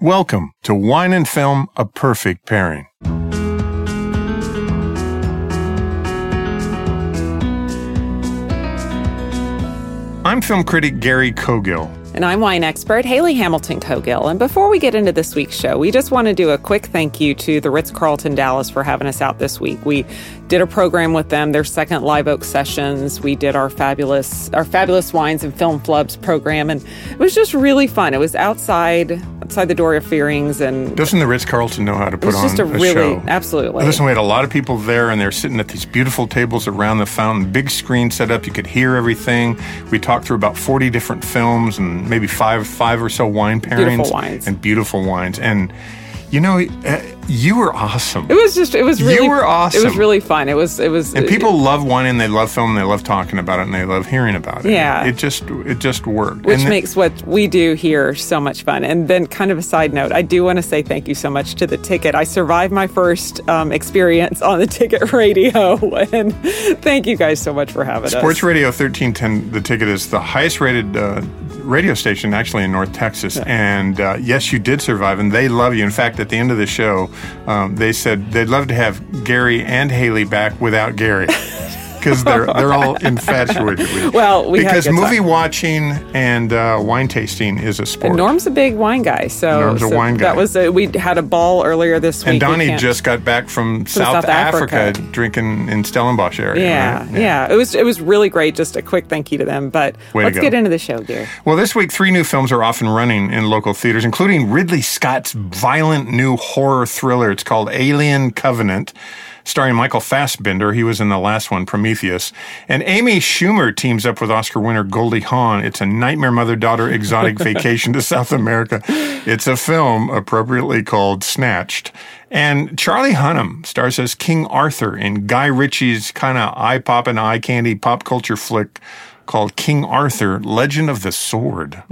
Welcome to Wine and Film A Perfect Pairing. I'm film critic Gary Cogill. And I'm wine expert Haley Hamilton Cogill. And before we get into this week's show, we just want to do a quick thank you to the Ritz Carlton Dallas for having us out this week. We did a program with them, their second Live Oak sessions. We did our fabulous our fabulous wines and film flubs program, and it was just really fun. It was outside outside the door of Fearings, and Doesn't the Ritz Carlton know how to it put was on just a, a really show? absolutely. Listen, we had a lot of people there, and they're sitting at these beautiful tables around the fountain, big screen set up. You could hear everything. We talked through about forty different films and maybe five, five or so wine pairings, Beautiful wines. and beautiful wines. And you know, uh, you were awesome. It was just it was You really were It was awesome. really fun. It was it was And people love wine, and they love film, and they love talking about it, and they love hearing about it. Yeah. it just it just worked. which and th- makes what we do here so much fun. And then, kind of a side note, I do want to say thank you so much to the ticket. I survived my first um, experience on the ticket radio, and thank you guys so much for having Sports us. Radio 1310, the ticket is the highest rated uh, radio station actually in North Texas. And uh, yes, you did survive, and they love you. In fact, at the end of the show, um, they said they'd love to have Gary and Haley back without Gary. Because they're, they're all infatuated with you. Well, we had a Because good time. movie watching and uh, wine tasting is a sport. And Norm's a big wine guy, so, Norm's a so wine guy. That was a, we had a ball earlier this week. and We Donnie can't- just got back from, South, South Africa. drinking in Stellenbosch area. Yeah, right? yeah, It was it was really great. Just a quick thank you to them. But Way to let's go. get into the show, Gary. Well, this week, three new films are off and running in local theaters, including Ridley Scott's violent new horror thriller. It's called Alien Covenant, starring Michael Fassbender. He was in the last one, Prometheus. And Amy Schumer teams up with Oscar winner Goldie Hawn. It's a nightmare mother daughter exotic vacation to South America. It's a film appropriately called Snatched. And Charlie Hunnam stars as King Arthur in Guy Ritchie's kind of eye pop and eye candy pop culture flick called King Arthur, Legend of the Sword.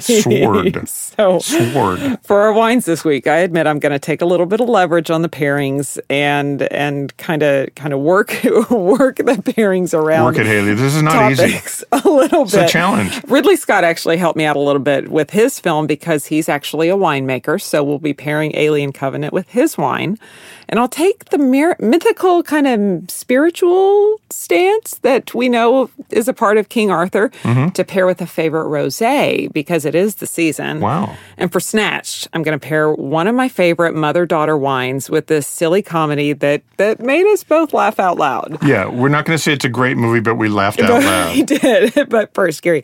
Sword. So Sword. for our wines this week, I admit I'm going to take a little bit of leverage on the pairings and and kind of kind of work work the pairings around. Work it, Haley. This is not easy. topics a little bit. a challenge. Ridley Scott actually helped me out a little bit with his film because he's actually a winemaker. So we'll be pairing Alien Covenant with his wine. And I'll take the mir- mythical kind of spiritual stance that we know is a part of King Arthur Mm-hmm. to pair with a favorite rosé because it is the season. Wow. And for Snatched, I'm going to pair one of my favorite mother-daughter wines with this silly comedy that that made us both laugh out loud. Yeah, we're not going to say it's a great movie, but we laughed out I loud. did. But first, Gary,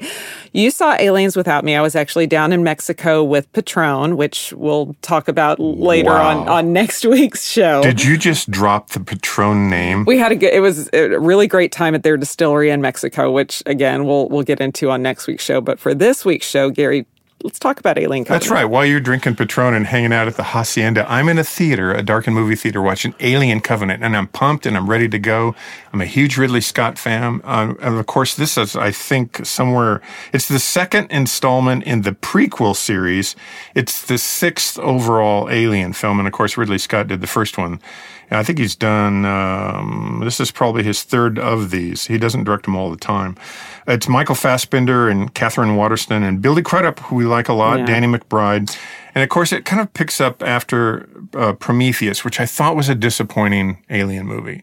you saw Aliens Without Me. I was actually down in Mexico with Patron, which we'll talk about later on, Wow. on next week's show. Did you just drop the Patron name? we had a good, it was a really great time at their distillery in Mexico, which again, we'll, we'll get into on next week's show. But for this week's show, Gary, let's talk about Alien Covenant. That's right. While you're drinking Patron and hanging out at the Hacienda, I'm in a theater, a darkened movie theater, watching Alien Covenant, and I'm pumped and I'm ready to go. I'm a huge Ridley Scott fan. Um, and of course, this is, I think, somewhere, it's the second installment in the prequel series. It's the sixth overall Alien film. And of course, Ridley Scott did the first one. And I think he's done, um, this is probably his third of these. He doesn't direct them all the time. It's Michael Fassbender and Catherine Waterston and Billy Crudup, who we like a lot, Yeah. Danny McBride. And of course, it kind of picks up after uh, Prometheus, which I thought was a disappointing alien movie.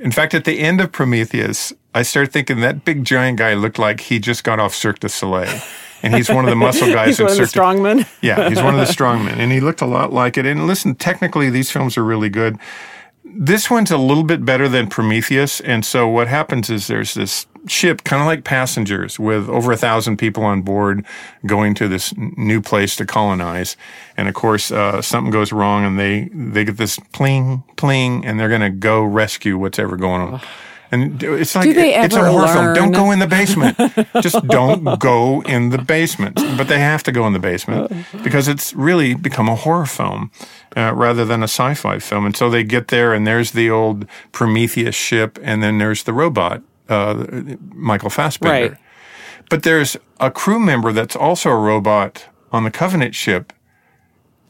In fact, at the end of Prometheus, I started thinking that big giant guy looked like he just got off Cirque du Soleil. And he's one of the muscle guys He's in one of the Cirque du strongmen. yeah, he's one of the strongmen, and he looked a lot like it. And listen, technically, these films are really good. This one's a little bit better than Prometheus, and so what happens is there's this ship, kind of like passengers, with over a thousand people on board, going to this n- new place to colonize. And of course, uh, something goes wrong, and they they get this pling pling, and they're gonna go rescue what's ever going on. And it's like Do they it's ever a horror film. learn? Don't go in the basement. Just don't go in the basement. But they have to go in the basement because it's really become a horror film uh, rather than a sci-fi film. And so they get there, and there's the old Prometheus ship, and then there's the robot, uh, Michael Fassbender. Right. But there's a crew member that's also a robot on the Covenant ship,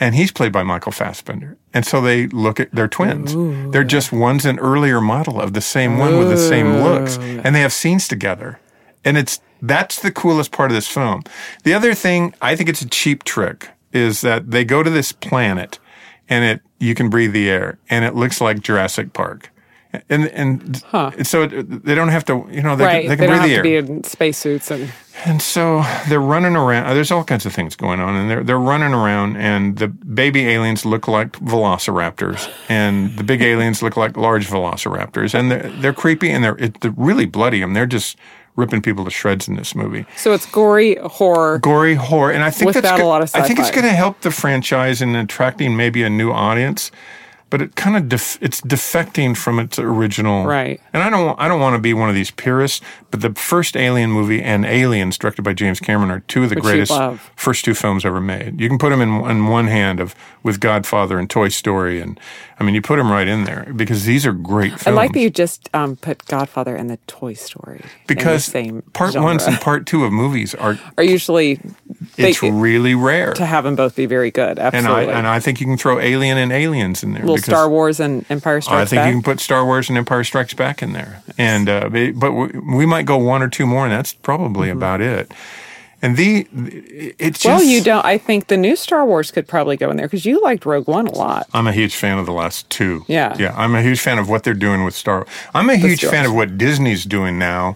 and he's played by Michael Fassbender. And so they look at they're twins. They're just one's an earlier model of the same one with the same looks, and they have scenes together. And it's that's the coolest part of this film. The other thing, I think it's a cheap trick. is that they go to this planet and it you can breathe the air and it looks like Jurassic Park. And and Huh. so it, they don't have to, you know, they, right. they They, can don't breathe have the to air. be in spacesuits and And so they're running around. There's all kinds of things going on, and they're they're running around. And the baby aliens look like velociraptors, and the big aliens look like large velociraptors. And they're they're creepy, and they're, it, they're really bloody. And they're just ripping people to shreds in this movie. so it's gory horror. Gory horror, and I think Without that's a go- lot of I think it's sci-fi. going to help the franchise in attracting maybe a new audience. But it kind of def- it's defecting from its original Right. and I don't I don't want to be one of these purists, but the first Alien movie and Aliens, directed by James Cameron, are two of the you greatest love. first two films ever made. You can put them in, in one hand of with Godfather and Toy Story, and I mean you put them right in there because these are great films. I like that you just um, put Godfather and the Toy Story in the because same part genre. ones and part two of movies are are usually they, it's really rare, to have them both be very good. and Absolutely. I and I think you can throw Alien and Aliens in there. Little because- Star Wars and Empire I Strikes think Back. you can put Star Wars and Empire Strikes Back in there, and uh, but but we we might go one or two more, and that's probably about it. And the it's just Mm-hmm. well, you don't. I think the new Star Wars could probably go in there because you liked Rogue One a lot. I'm a huge fan of the last two. Yeah. yeah. I'm a huge fan of what they're doing with Star. I'm a huge do it. fan of what Disney's doing now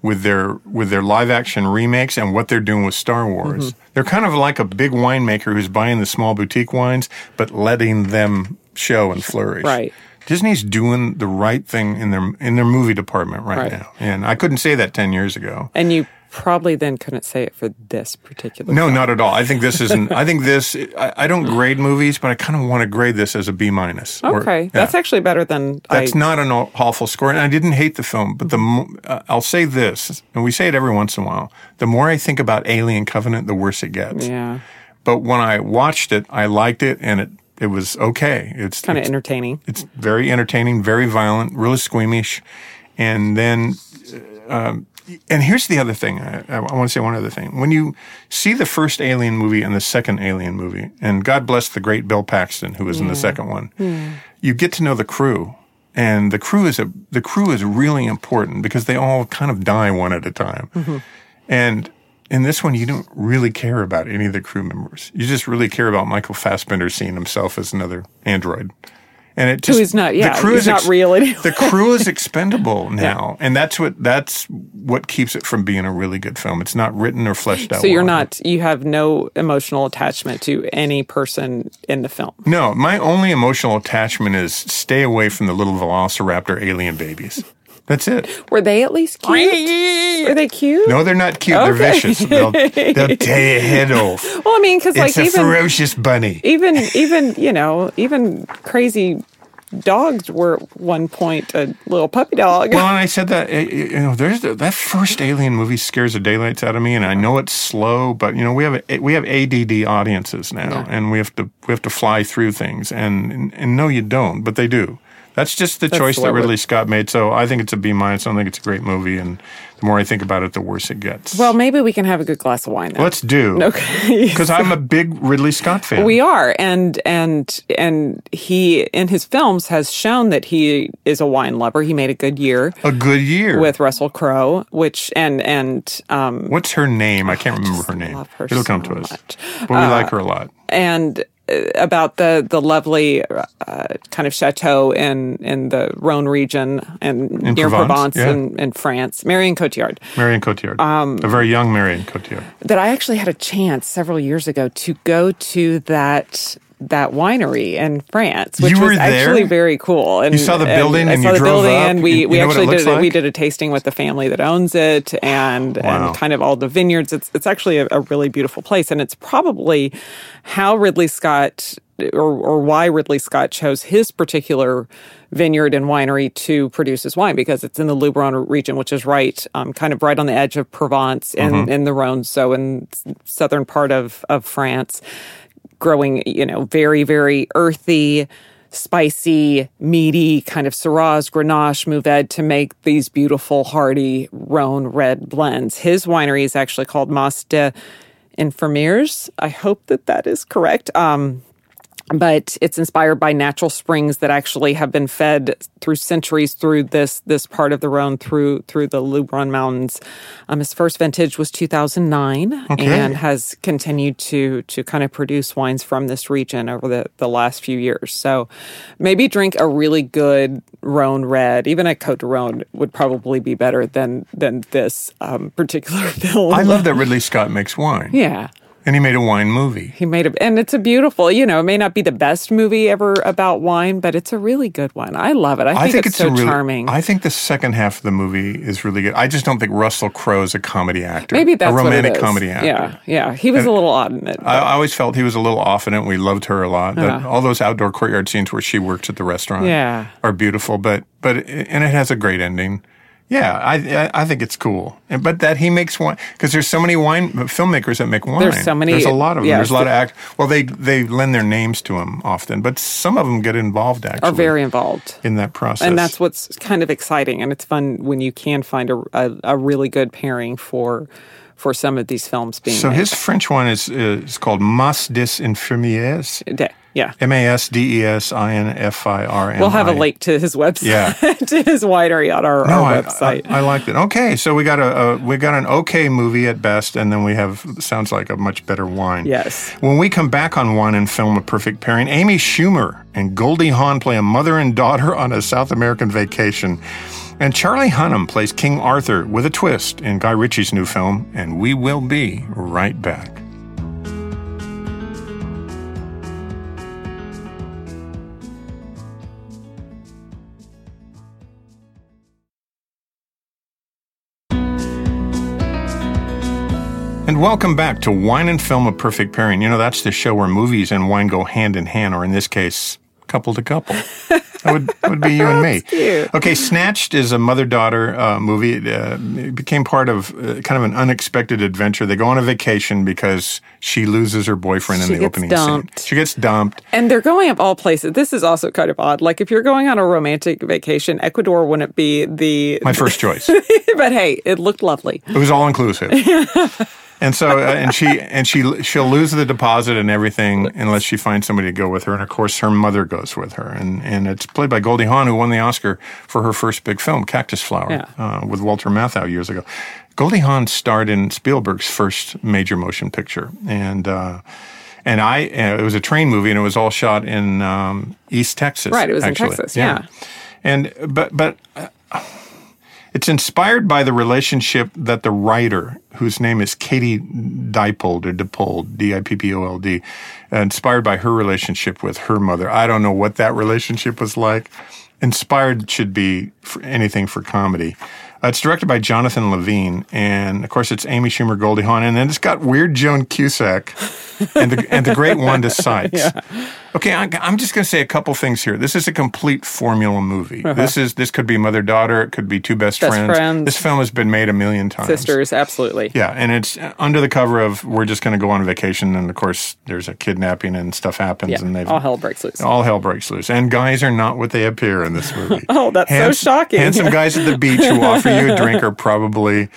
with their with their live action remakes and what they're doing with Star Wars. Mm-hmm. They're kind of like a big winemaker who's buying the small boutique wines but letting them show and flourish. Right. Disney's doing the right thing in their in their movie department right, Right. now. And I couldn't say that 10 years ago. And you probably then couldn't say it for this particular. No, not at all. I think this isn't I think this I, I don't grade movies, but I kind of want to grade this as a B minus. or- Okay, yeah. that's actually better than That's I. not an aw- awful score, and I didn't hate the film. But the mo- uh, I'll say this, and we say it every once in a while. The more I think about Alien Covenant, the worse it gets. yeah, But when I watched it, I liked it, and it it was okay. It's kind of it's, entertaining. it's very entertaining, very violent, really squeamish, and then. Um, and here's the other thing. I, I want to say one other thing. When you see the first Alien movie and the second Alien movie, and God bless the great Bill Paxton, who was in the second one, Hmm. you get to know the crew, and the crew is a the crew is really important because they all kind of die one at a time, Mm-hmm. and. In this one, you don't really care about any of the crew members. You just really care about Michael Fassbender seeing himself as another android, and it just he's not- yeah, he's not real anymore. the crew is expendable now, and that's what that's what keeps it from being a really good film. It's not written or fleshed out. So you're well. not. You have no emotional attachment to any person in the film. No, my only emotional attachment is stay away from the little Velociraptor alien babies. That's it. Were they at least cute? Were they cute? No, they're not cute. They're Okay. vicious. They'll, they'll tear your head off. Well, I mean, because like it's a even ferocious bunny. even even you know even crazy dogs were at one point a little puppy dog. Well, and I said that uh, you know, there's the, that first Alien movie scares the daylights out of me, and I know it's slow, but you know, we have a, eh, we have ADD audiences now, and we have to we have to fly through things, and and, and no, you don't, but they do. That's just the choice what that we're- Ridley Scott made. So I think it's a B minus. I don't think it's a great movie, and the more I think about it, the worse it gets. Well, maybe we can have a good glass of wine. Then. let's do Okay. because I'm a big Ridley Scott fan. We are, and and and he in his films has shown that he is a wine lover. He made a good year a good year with Russell Crowe, which and and um What's her name? I can't remember her name. Oh, love her It'll come so to us, much. Uh, but we like her a lot. and uh, about the the lovely uh, kind of chateau in in the Rhone region and near Provence, Provence, yeah. in, in France, Marion Cotillard. Marion Cotillard, a very young Marion Cotillard. That I actually had a chance several years ago to go to that that winery in France, which You were was actually there? very cool. And You saw the building I and saw you the drove building, up? and we You- we you know what it actually did looks we like? did a tasting with the family that owns it, and Wow. and kind of all the vineyards. It's it's actually a, a really beautiful place, and it's probably how Ridley Scott. Or, or why Ridley Scott chose his particular vineyard and winery to produce his wine because it's in the Luberon region, which is right, um, kind of right on the edge of Provence and in the Rhone, so in s- southern part of of France growing, you know, very, very earthy, spicy, meaty kind of Syrahs, Grenache, Mourvèdre to make these beautiful, hearty Rhone red blends. His winery is actually called Mas de Infirmiers. I hope that that is correct. Um, but it's inspired by natural springs that actually have been fed through centuries through this this part of the Rhone through through the Lubron Mountains. Um, his first vintage was 2009 Okay. and has continued to to kind of produce wines from this region over the the last few years. So maybe drink a really good Rhone red, even a Cote de Rhone would probably be better than than this um, particular film. I love that Ridley Scott makes wine, yeah. and he made a wine movie. He made a, and it's a beautiful, you know, it may not be the best movie ever about wine, but it's a really good one. I love it. I think, it's, so a really, charming. I think the second half of the movie is really good. I just don't think Russell Crowe is a comedy actor. Maybe that's a romantic what it is. comedy actor. Yeah, yeah. He was a little odd in it. I, I always felt he was a little off in it. and We loved her a lot. That- all those outdoor courtyard scenes where she worked at the restaurant Uh-huh. Yeah. are beautiful, but but and it has a great ending. Yeah, I I, I think it's cool. And, but that he makes wine because there's so many wine filmmakers that make wine. There's so many- There's a lot of them. yeah, there's a lot of act. Well, they they lend their names to them often, but some of them get involved actually are very involved. in that process. And that's what's kind of exciting, and it's fun when you can find a, a, a really good pairing for for some of these films being. so made. his French one is is called Mas des Infirmières. Da- yeah, M A S D E S I N F I R N. we'll have a link to his website, Yeah. to his winery on our, No, our I, website. I, I liked it. Okay, so we got a, a we got an okay movie at best, and then we have sounds like a much better wine. Yes. When we come back on wine and film a perfect pairing, Amy Schumer and Goldie Hawn play a mother and daughter on a South American vacation, and Charlie Hunnam plays King Arthur with a twist in Guy Ritchie's new film. And we will be right back. And welcome back to Wine and Film A Perfect Pairing. You know, that's the show where movies and wine go hand in hand, or in this case, couple to couple. That would, that would be you and me. cute. Okay, Snatched is a mother daughter uh, movie. It, uh, it became part of uh, kind of an unexpected adventure. They go on a vacation because she loses her boyfriend She in the gets opening dumped. scene. She gets dumped. And they're going up all places. This is also kind of odd. Like if you're going on a romantic vacation, Ecuador wouldn't be the. My first choice. but hey, it looked lovely. It was all inclusive. and so, uh, and she, and she, she'll lose the deposit and everything unless she finds somebody to go with her. And of course, her mother goes with her. And and it's played by Goldie Hawn, who won the Oscar for her first big film, Cactus Flower, Yeah. uh, with Walter Matthau years ago. Goldie Hawn starred in Spielberg's first major motion picture, and. Uh, and I, uh, it was a train movie, and it was all shot in um, East Texas. Right, it was in actually. Texas, yeah. And but but uh, it's inspired by the relationship that the writer, whose name is Katie Dipold or Dipold, D I P P O L D, uh, inspired by her relationship with her mother. I don't know what that relationship was like. Inspired should be for anything for comedy. Uh, It's directed by Jonathan Levine, and of course, it's Amy Schumer, Goldie Hawn, and then it's got weird Joan Cusack and the, and the great Wanda Sykes. Okay, I, I'm just going to say a couple things here. This is a complete formula movie. This is this could be mother daughter. It could be two best, Uh-huh. Best friends. friends. This film has been made a million times. Sisters, absolutely. Yeah, and it's uh, under the cover of we're just going to go on vacation, and of course there's a kidnapping and stuff happens, and they've all hell breaks loose. all hell breaks loose. And guys are not what they appear in this movie. Oh, that's so shocking. Handsome guys at the beach who offer you a drink are probably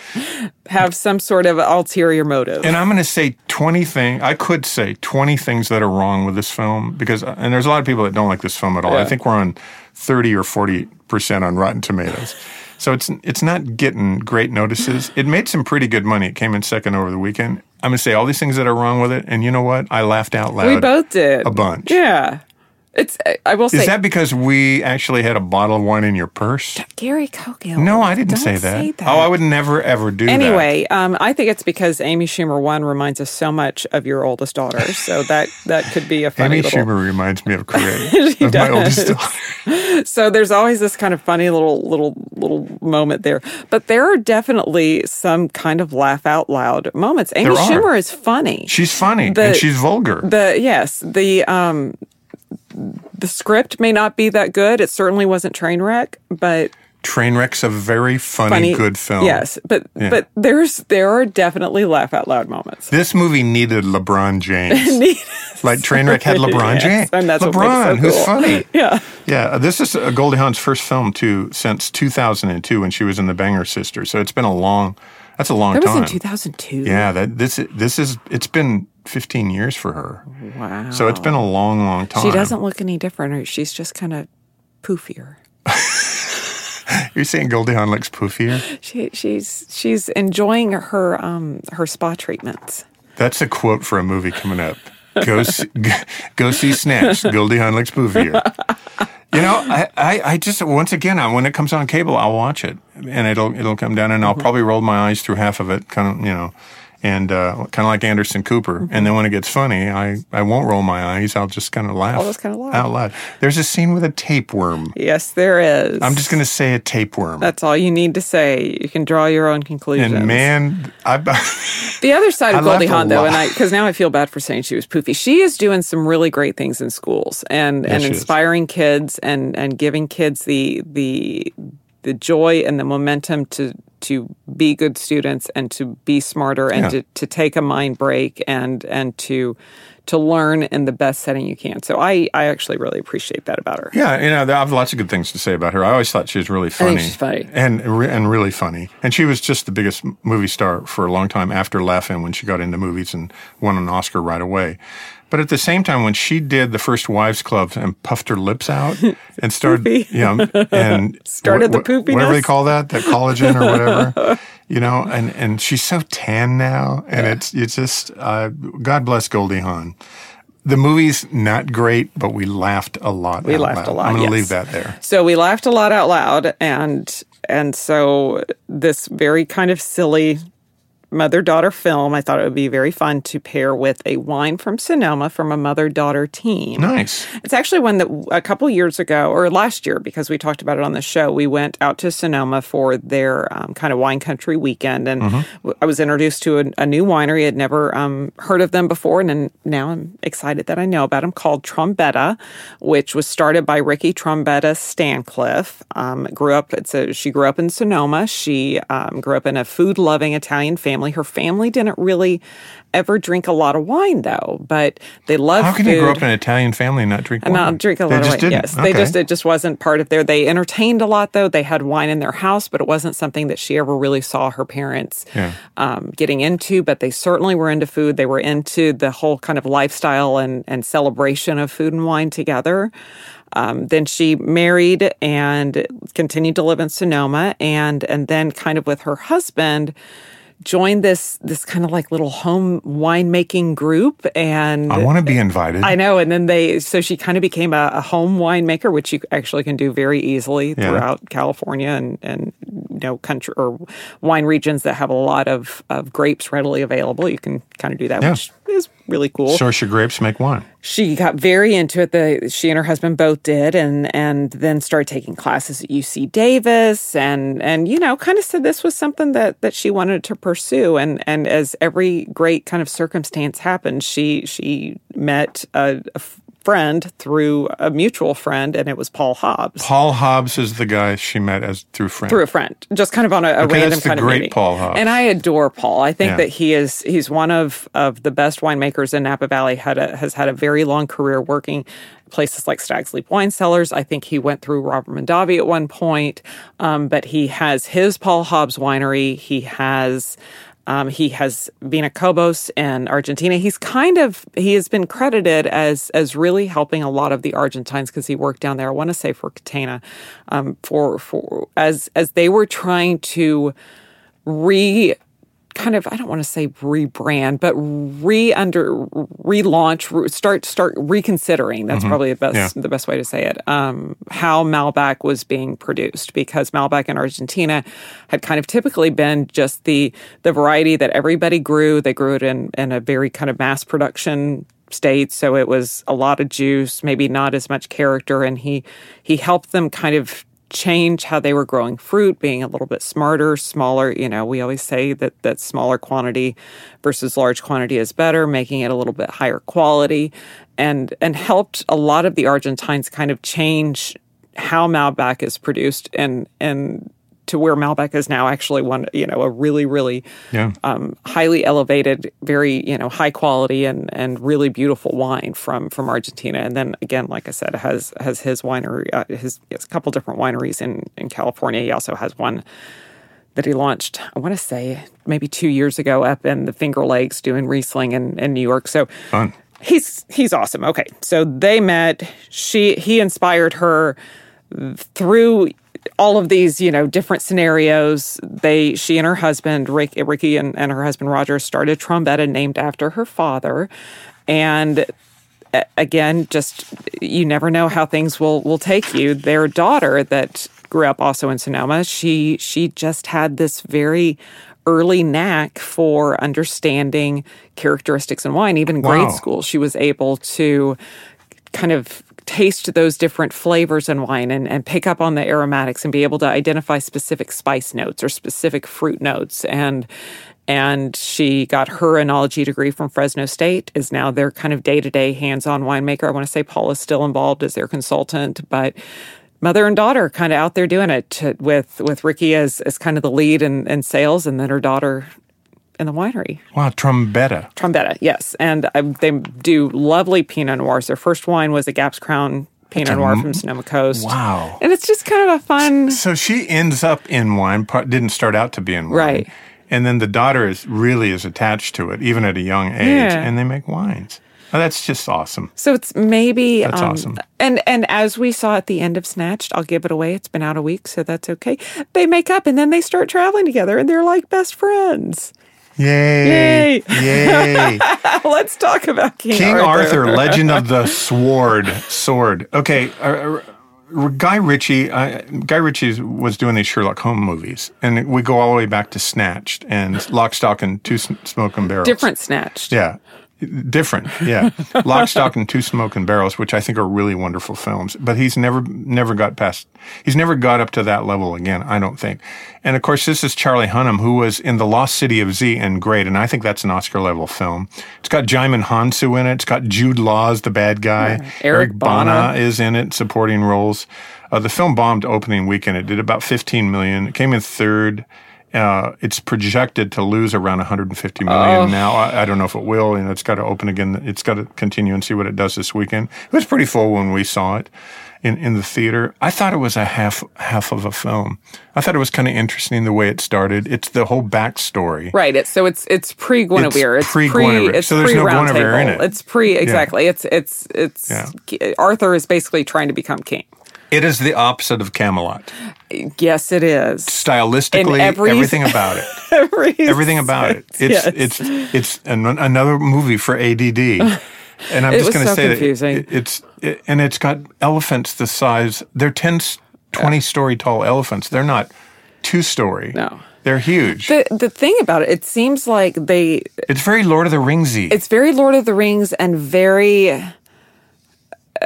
Have some sort of ulterior motive. And I'm going to say 20 things. I could say 20 things that are wrong with this film because, uh, and there's a lot of people that don't like this film at all. I Yeah. think we're on 30 or 40% on Rotten Tomatoes. So it's, it's not getting great notices. It made some pretty good money. It came in second over the weekend. I'm going to say all these things that are wrong with it. And you know what? I laughed out loud. we both did a bunch. Yeah, it's. I- I will say, Is that because we actually had a bottle of wine in your purse? Gary Cogill. No, I didn't Don't say, that. say that. Oh, I would never ever do that. Anyway, um, I think it's because Amy Schumer one reminds us so much of your oldest daughter, so that that could be a funny Amy little. Schumer reminds me of Korea, of my oldest daughter. So there's always this kind of funny little little little moment there. But there are definitely some kind of laugh out loud moments. Amy There are. Schumer is funny. She's funny The- and she's vulgar. the yes, the um the script may not be that good. It certainly wasn't Trainwreck, but Trainwreck's a very funny, funny good film. Yes, but but there's there are definitely laugh out loud moments. This movie needed LeBron James. like Trainwreck had LeBron Yes, James. and that's what makes it LeBron, so who's cool. funny. yeah. Yeah, uh, this is uh, Goldie Hawn's first film too since 2002 when she was in The Banger Sisters. So it's been a long that's a long That was time. in 2002. yeah, that this this is it's been 15 years for her. Wow. So it's been a long, long time. She doesn't look any different. Or she's just kind of poofier. You're saying Goldie Hawn looks poofier? She, she's she's enjoying her um her spa treatments. That's a quote for a movie coming up. Go see, go see Snatch. Goldie Hawn looks poofier. You know, I, I, I just once again, I, when it comes on cable, I'll watch it, and it'll it'll come down, Mm-hmm. and I'll probably roll my eyes through half of it, kind of you know, and uh, kind of like Anderson Cooper. Mm-hmm. And then when it gets funny, I, I won't roll my eyes. I'll just kind of laugh. I'll just kinda laugh. out loud. There's a scene with a tapeworm. Yes, there is. I'm just going to say a tapeworm. That's all you need to say. You can draw your own conclusions. and man, I The other side of I laughed Goldie a Hawn, though, lot. and I because now I feel bad for saying she was poofy. She is doing some really great things in schools and and she is. inspiring kids and and giving kids the the the joy and the momentum to to be good students and to be smarter and Yeah. to, to take a mind break and and to to learn in the best setting you can. So I I actually really appreciate that about her. yeah, you know, I have lots of good things to say about her. I always thought she was really funny. think she's funny. and re- and really funny. And she was just the biggest movie star for a long time after Laughing when she got into movies and won an Oscar right away. But at the same time, when she did the first Wives Club and puffed her lips out and started, Poopy. yeah, and Started the poopiness. whatever they call that, that collagen or whatever, you know. And and she's so tan now, and it's it's just uh, God bless Goldie Hawn. The movie's not great, but we laughed a lot. We laughed a lot, I'm going yes. to leave that there. So we laughed a lot out loud, and and so this very kind of silly mother daughter film, I thought it would be very fun to pair with a wine from Sonoma from a mother daughter team. Nice. It's actually one that a couple years ago, or last year, because we talked about it on the show, we went out to Sonoma for their um, kind of wine country weekend. And Mm-hmm. w- I was introduced to a, a new winery. I'd never um, heard of them before. And then now I'm excited that I know about them called Trombetta, which was started by Ricky Trombetta Stancliffe. Um, grew up, it's a, she grew up in Sonoma. She um, grew up in a food loving Italian family. Her family didn't really ever drink a lot of wine though, but they love How can food. you grow up in an Italian family and not drink And wine? I'll drink a they lot just of wine. Didn't. Yes, they Okay. just it just wasn't part of their. They entertained a lot though. They had wine in their house, but it wasn't something that she ever really saw her parents Yeah. um, getting into. But they certainly were into food. They were into the whole kind of lifestyle and and celebration of food and wine together. Um, then she married and continued to live in Sonoma, and and then kind of with her husband. Joined this this kind of like little home winemaking group, and I want to be invited. I know. And then they, so she kind of became a, a home winemaker, which you actually can do very easily throughout California and, and, you know, country or wine regions that have a lot of, of grapes readily available. You can kind of do that, Yeah. which is really cool Source your grapes, make wine. she got very into it. The she and her husband both did, and and then started taking classes at UC Davis, and and you know, kind of said this was something that that she wanted to pursue. And and as every great kind of circumstance happened, she she met a, a f- friend through a mutual friend, and it was Paul Hobbs Paul Hobbs is the guy she met as through friends. through a friend, just kind of on a, a Okay, random that's the kind great of meeting. Paul Hobbs. And I adore Paul. I think Yeah. that he is he's one of of the best winemakers in Napa Valley. Had a, has had a very long career working places like Stag's Leap Wine Cellars. I think he went through Robert Mondavi at one point, um, but he has his Paul Hobbs winery. He has. Um, he has Vina Cobos in Argentina. He's kind of he has been credited as as really helping a lot of the Argentines because he worked down there. I want to say for Catena, um, for for as as they were trying to re kind of I don't want to say rebrand, but re under relaunch, re- start start reconsidering. That's probably the best the best way to say it. Um, how Malbec was being produced because Malbec in Argentina had kind of typically been just the the variety that everybody grew. They grew it in in a very kind of mass production state so it was a lot of juice maybe not as much character and he he helped them kind of change how they were growing fruit, being a little bit smarter, smaller. You know, we always say that that smaller quantity versus large quantity is better, making it a little bit higher quality, and and helped a lot of the Argentines kind of change how Malbec is produced and and to where Malbec is now actually one you know a really really Yeah. um, highly elevated, very you know high quality and and really beautiful wine from from Argentina. And then again, like I said, has has his winery, uh, his, he has a couple different wineries in in California. He also has one that he launched, I want to say maybe two years ago up in the Finger Lakes doing Riesling in, in New York. So Fun. he's he's awesome. Okay. So they met. She he inspired her through all of these, you know, different scenarios. They she and her husband, Rick, Ricky and, and her husband Roger started Trombetta named after her father. And a- again, just you never know how things will will take you. Their daughter that grew up also in Sonoma, she she just had this very early knack for understanding characteristics in wine. Even grade Wow. school, she was able to kind of taste those different flavors in wine and, and pick up on the aromatics and be able to identify specific spice notes or specific fruit notes and and she got her enology degree from Fresno State is now their kind of day-to-day hands-on winemaker. I want to say Paul is still involved as their consultant, but mother and daughter kind of out there doing it to, with with Ricky as as kind of the lead in, in sales and then her daughter in the winery. Wow, trombetta. Trombetta, yes. And I, they do lovely Pinot Noirs. Their first wine was a Gaps Crown Pinot Noir from Sonoma Coast. Wow. And it's just kind of a fun. So she ends up in wine, pro- didn't start out to be in wine. Right. And then the daughter is really is attached to it, even at a young age, Yeah. and they make wines. Oh, that's just awesome. So it's maybe That's um, awesome. And and as we saw at the end of Snatched, I'll give it away. It's been out a week, so that's okay. They make up and then they start traveling together, and they're like best friends. Yay. Yay. Let's talk about King, King Arthur, Legend of the Sword. Sword. Okay, uh, uh, Guy Ritchie. Uh, Guy Ritchie was doing these Sherlock Holmes movies, and we go all the way back to Snatched and Lock, Stock, and Two Sm- Smoke and Barrels. Different Snatched. Yeah. Different, yeah. Lock, Stock, and Two Smoke and Barrels, which I think are really wonderful films. But he's never, never got past. He's never got up to that level again. I don't think. And of course, this is Charlie Hunnam, who was in The Lost City of Z and Great, and I think that's an Oscar level film. It's got Jaimin Hansu in it. It's got Jude Law as the bad guy. Eric Bana. is in it, supporting roles. Uh, the film bombed opening weekend. It did about 15 million. It came in third. Uh, it's projected to lose around 150 million now. I, I don't know if it will. You know, it's got to open again. It's got to continue and see what it does this weekend. It was pretty full when we saw it in, in the theater. I thought it was a half half of a film. I thought it was kind of interesting the way it started. It's the whole backstory. Right. It's so it's it's pre Guinevere. It's pre pre-Guinevere. It's So there's pre no round Guinevere in table. it. It's pre exactly. It's it's it's Arthur is basically trying to become king. It is the opposite of Camelot. Yes, it is. Stylistically, In every- everything about it. everything about it. It's Yes. it's it's an, another movie for ADD. And I'm It just was going to so say that confusing. it- it's it, and it's got elephants the size they're 10 s- 20 story tall elephants. They're not two story. No. They're huge. The the thing about it, it seems like they it's very Lord of the Ringsy. it's very Lord of the Rings and very I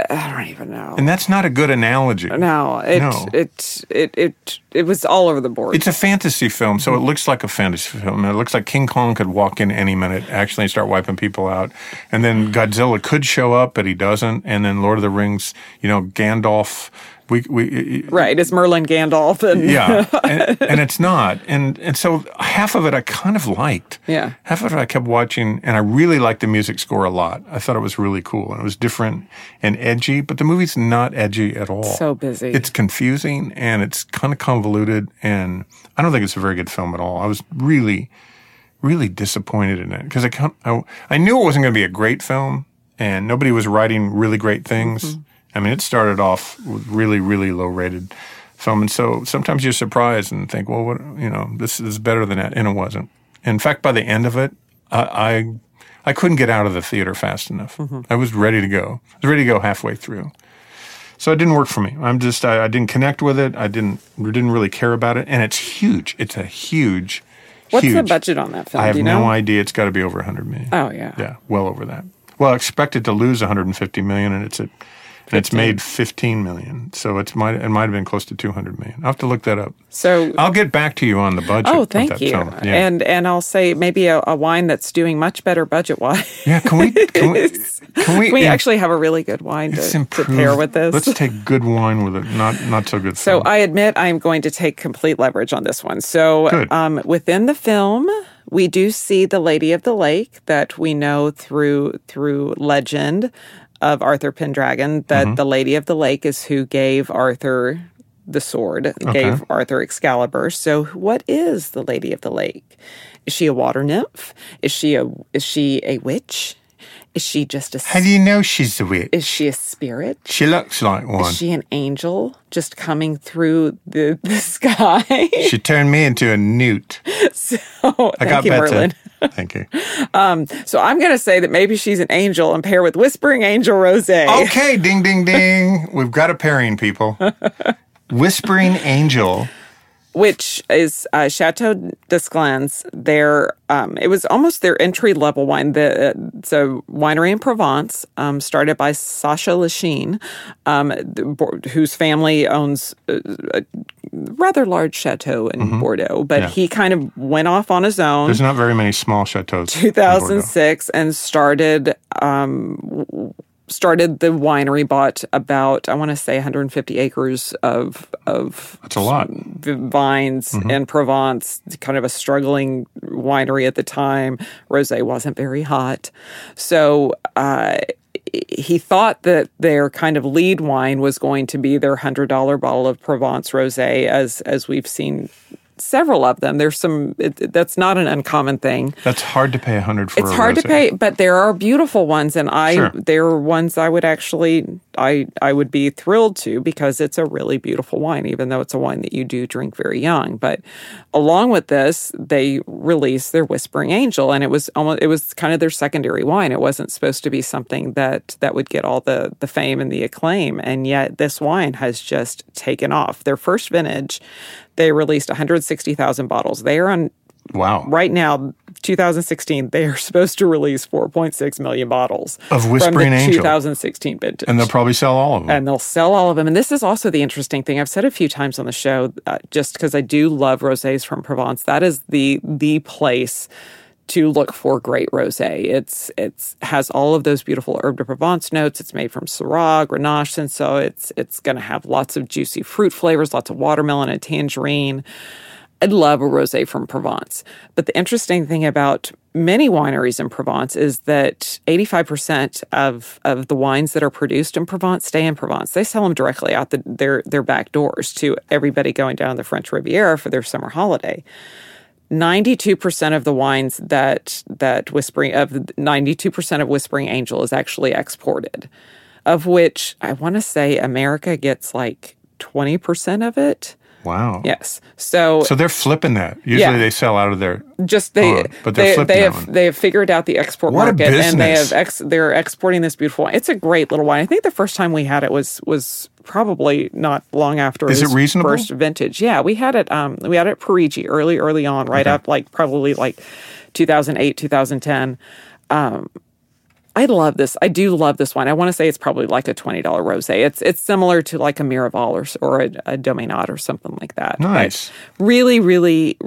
don't even know. and that's not a good analogy. No, it, No. it it it it was all over the board. It's a fantasy film, so it Mm-hmm. looks like a fantasy film. It looks like King Kong could walk in any minute, actually, and start wiping people out. And then Godzilla could show up, but he doesn't. And then Lord of the Rings, you know, Gandalf. We, we, right, it's Merlin Gandalf and yeah, and, and it's not, and and so half of it I kind of liked. Yeah. half of it I kept watching, and I really liked the music score a lot. I thought it was really cool, and it was different and edgy. But the movie's not edgy at all. So busy. It's confusing and it's kind of convoluted, and I don't think it's a very good film at all. I was really, really disappointed in it because I, can't- I I knew it wasn't going to be a great film, and nobody was writing really great things. I mean, it started off with really, really low rated film, and so sometimes you're surprised and think, well, what you know, this is better than that, and it wasn't. In fact, by the end of it, I. I I couldn't get out of the theater fast enough. I was ready to go. I was ready to go halfway through. So it didn't work for me. I'm just I, I didn't connect with it. I didn't didn't really care about it. And it's huge. It's a huge. What's the huge- budget on that film? I have Do you no know? idea. It's got to be over 100 million. Oh yeah. Yeah, well over that. Well, expected to lose 150 million, and it's at, and it's made 15 million. So it's might it might have been close to 200 million. I will have to look that up. So I'll get back to you on the budget. Oh, of thank that you. film. Yeah. And and I'll say maybe a, a wine that's doing much better budget wise. yeah, can we can we can we, we im- actually have a really good wine let's to, to improve- pair with this. Let's take good wine with it, not not so good. so film. I admit I'm going to take complete leverage on this one. So Good. um, within the film, we do see the Lady of the Lake that we know through through legend of Arthur Pendragon. That the Lady of the Lake is who gave Arthur the sword, gave Arthur Excalibur. So what is the Lady of the Lake? Is she a water nymph? Is she a is she a witch? Is she just a How do you know she's the witch? is she a spirit? She looks like one. Is she an angel just coming through the, the sky? She turned me into a newt. oh, I thank got you, better. Merlin. Thank you. So I'm going to say that maybe she's an angel and pair with Whispering Angel Rose. Okay, ding, ding, ding. We've got a pairing, people. Whispering Angel. which is uh, Chateau d'Esclans. Their um, it was almost their entry level wine. The uh, so winery in Provence, um, started by Sasha Lachine, um, the Bo- whose family owns uh, a rather large chateau in Mm-hmm. Bordeaux, but he kind of went off on his own. There's not very many small chateaus. in Bordeaux. 2006 and started um w- started the winery bought about i want to say 150 acres of of That's a lot. v- vines in Provence, kind of a struggling winery at the time. Rosé wasn't very hot, so uh, he thought that their kind of lead wine was going to be their hundred dollar bottle of Provence rosé, as as we've seen several of them. There's some it, that's not an uncommon thing. That's hard to pay a hundred for. It's a hard to rosé. pay, but there are beautiful ones, and I Sure. there are ones I would actually I I would be thrilled to because it's a really beautiful wine, even though it's a wine that you do drink very young. But along with this, they released their Whispering Angel, and it was almost it was kind of their secondary wine. It wasn't supposed to be something that that would get all the the fame and the acclaim, and yet this wine has just taken off. Their first vintage, they released 160,000 bottles. They are on Wow. right now 2016 they are supposed to release 4.6 million bottles Of Whispering from the Angel. 2016 vintage And they'll probably sell all of them. and they'll sell all of them. And this is also the interesting thing. I've said a few times on the show, uh, just because I do love rosés from Provence. That is the the place to look for great rosé. It's it's has all of those beautiful herb de Provence notes. It's made from Syrah, Grenache, and so it's it's going to have lots of juicy fruit flavors, lots of watermelon and tangerine. I love a rosé from Provence. But the interesting thing about many wineries in Provence is that 85% of, of the wines that are produced in Provence stay in Provence. They sell them directly out the, their, their back doors to everybody going down the French Riviera for their summer holiday. 92% of the wines that that whispering of 92% of whispering angel is actually exported of which i want to say america gets like 20% of it wow. yes so So they're flipping that. Usually Yeah. they sell out of their. just they Huh, but they're they, flipping they that have one. they have figured out the export What a market and they business. have ex, they're exporting this beautiful wine. It's a great little wine. I think the first time we had it was was probably not long after Is it his reasonable? first vintage. Yeah, we had it um we had it at Parigi early early on right up like probably like 2008 2010. Um, I love this. I do love this wine. I want to say it's probably like a twenty dollar rosé. It's it's similar to like a Miraval or, s- or a, a Domainade or something like that. But Nice. really, really,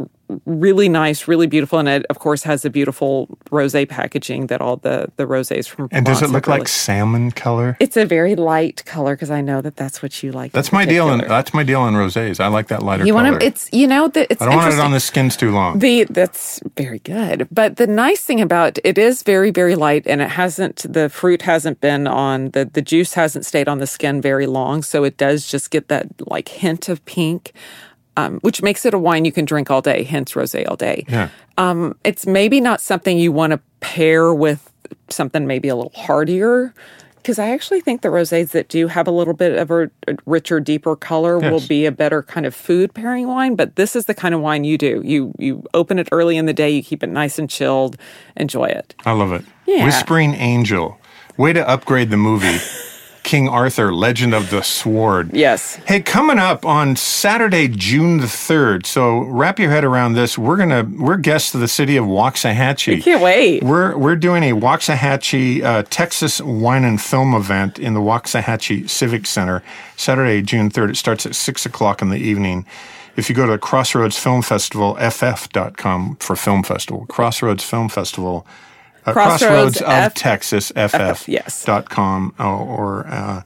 really nice. Really beautiful, and it of course has the beautiful rosé packaging that all the the rosés from. And does it Provence look have like really- salmon color? It's a very light color because I know that that's what you like. That's my deal. In, that's my deal in rosés. I like that lighter You color. want to? It's you know that it's I don't want it interesting. on the skins too long. The that's very good. But the nice thing about it is very very light and it hasn't the fruit hasn't been on the the juice hasn't stayed on the skin very long, so it does just get that like hint of pink. Um, which makes it a wine you can drink all day, hence rosé all day. Um, it's maybe not something you want to pair with something maybe a little heartier, because I actually think the rosés that do have a little bit of a a richer, deeper color will Yes. be a better kind of food pairing wine. But this is the kind of wine you do. You you open it early in the day, you keep it nice and chilled, enjoy it. I love it. Yeah. Whispering Angel. Way to upgrade the movie. King Arthur, Legend of the Sword. Yes. Hey, coming up on Saturday, June the third. So wrap your head around this. We're gonna we're guests to the city of Waxahachie. Can't wait. We're we're doing a Waxahachie, uh, Texas wine and film event in the Waxahachie Civic Center Saturday, June third. It starts at six o'clock in the evening. If you go to Crossroads Film Festival, ff.com for film festival, Crossroads Film Festival, uh, Crossroads Crossroads of F- Texas, ff yes. dot com or uh,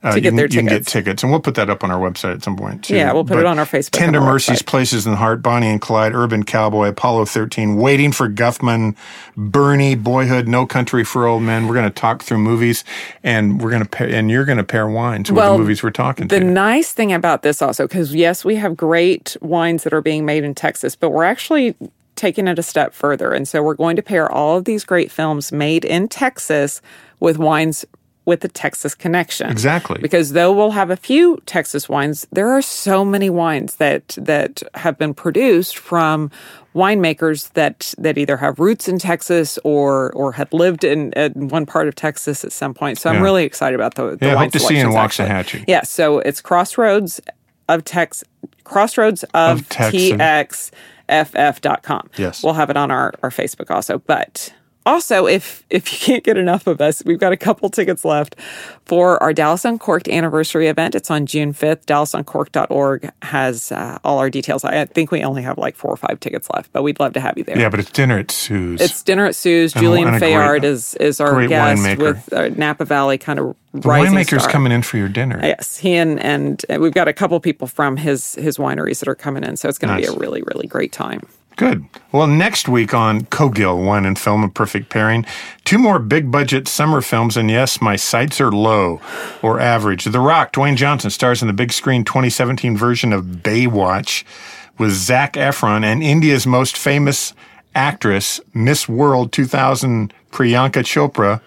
Uh, To get you, can- their you can get tickets. tickets, and we'll put that up on our website at some point. Too. Yeah, we'll put it But on our Facebook and Tender our Mercies, website. Places in the Heart, Bonnie and Clyde, Urban Cowboy, Apollo 13, Waiting for Guffman, Bernie, Boyhood, No Country for Old Men. We're going to talk through movies, and we're going to pair, and you're going to pair wines with Well, the movies we're talking The to. nice thing about this also, because yes, we have great wines that are being made in Texas, but we're actually taking it a step further. And so we're going to pair all of these great films made in Texas with wines with the Texas connection. Exactly. Because though we'll have a few Texas wines, there are so many wines that that have been produced from winemakers that that either have roots in Texas or or had lived in, in one part of Texas at some point. So I'm really excited about the, the Yeah, wine hope to see you in selections, actually. Waxahachie. Yeah, so it's Crossroads of Tex Crossroads of, Of Texas. TXFF.com. Yes. We'll have it on our, our Facebook also. But also if if you can't get enough of us, we've got a couple tickets left for our Dallas Uncorked anniversary event. It's on June 5th. DallasUncorked.org has uh, all our details. I I think we only have like four or five tickets left, but we'd love to have you there. yeah, but it's dinner at Sue's. It's dinner at Sue's. Julian and a great- Fayard is is our great guest winemaker. with uh, Napa Valley kind of the rising winemaker's star. coming in for your dinner. Yes, he and and uh, we've got a couple people from his his wineries that are coming in, so it's going to Nice. be a really really great time. Good. Well, next week on Cogill One and Film A Perfect Pairing, two more big budget summer films, and yes, my sights are low or average. The Rock, Dwayne Johnson, stars in the big screen 2017 version of Baywatch with Zach Efron and India's most famous actress, Miss World 2000 Priyanka Chopra.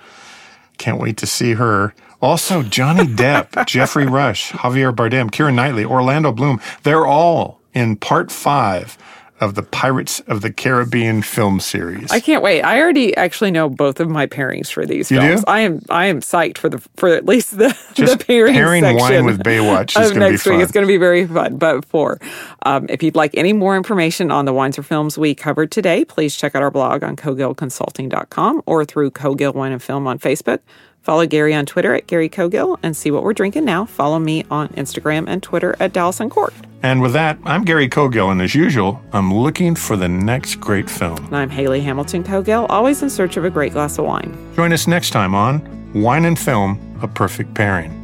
Can't wait to see her. Also, Johnny Depp, Jeffrey Rush, Javier Bardem, Kieran Knightley, Orlando Bloom. They're all in part five of the Pirates of the Caribbean film series. I can't wait. I already actually know both of my pairings for these You do? films. I am I am psyched for the for at least the the pairing pairing wine section with Baywatch is of gonna be next week. fun. It's going to be very fun. But for um, if you'd like any more information on the wines or films we covered today, please check out our blog on cogillconsulting.com or through Cogill Wine and Film on Facebook. Follow Gary on Twitter at Gary Cogill and see what we're drinking now. Follow me on Instagram and Twitter at Dallas Uncorked. and with that, I'm Gary Cogill, and as usual, I'm looking for the next great film. And I'm Haley Hamilton Cogill, always in search of a great glass of wine. Join us next time on Wine and Film, A Perfect Pairing.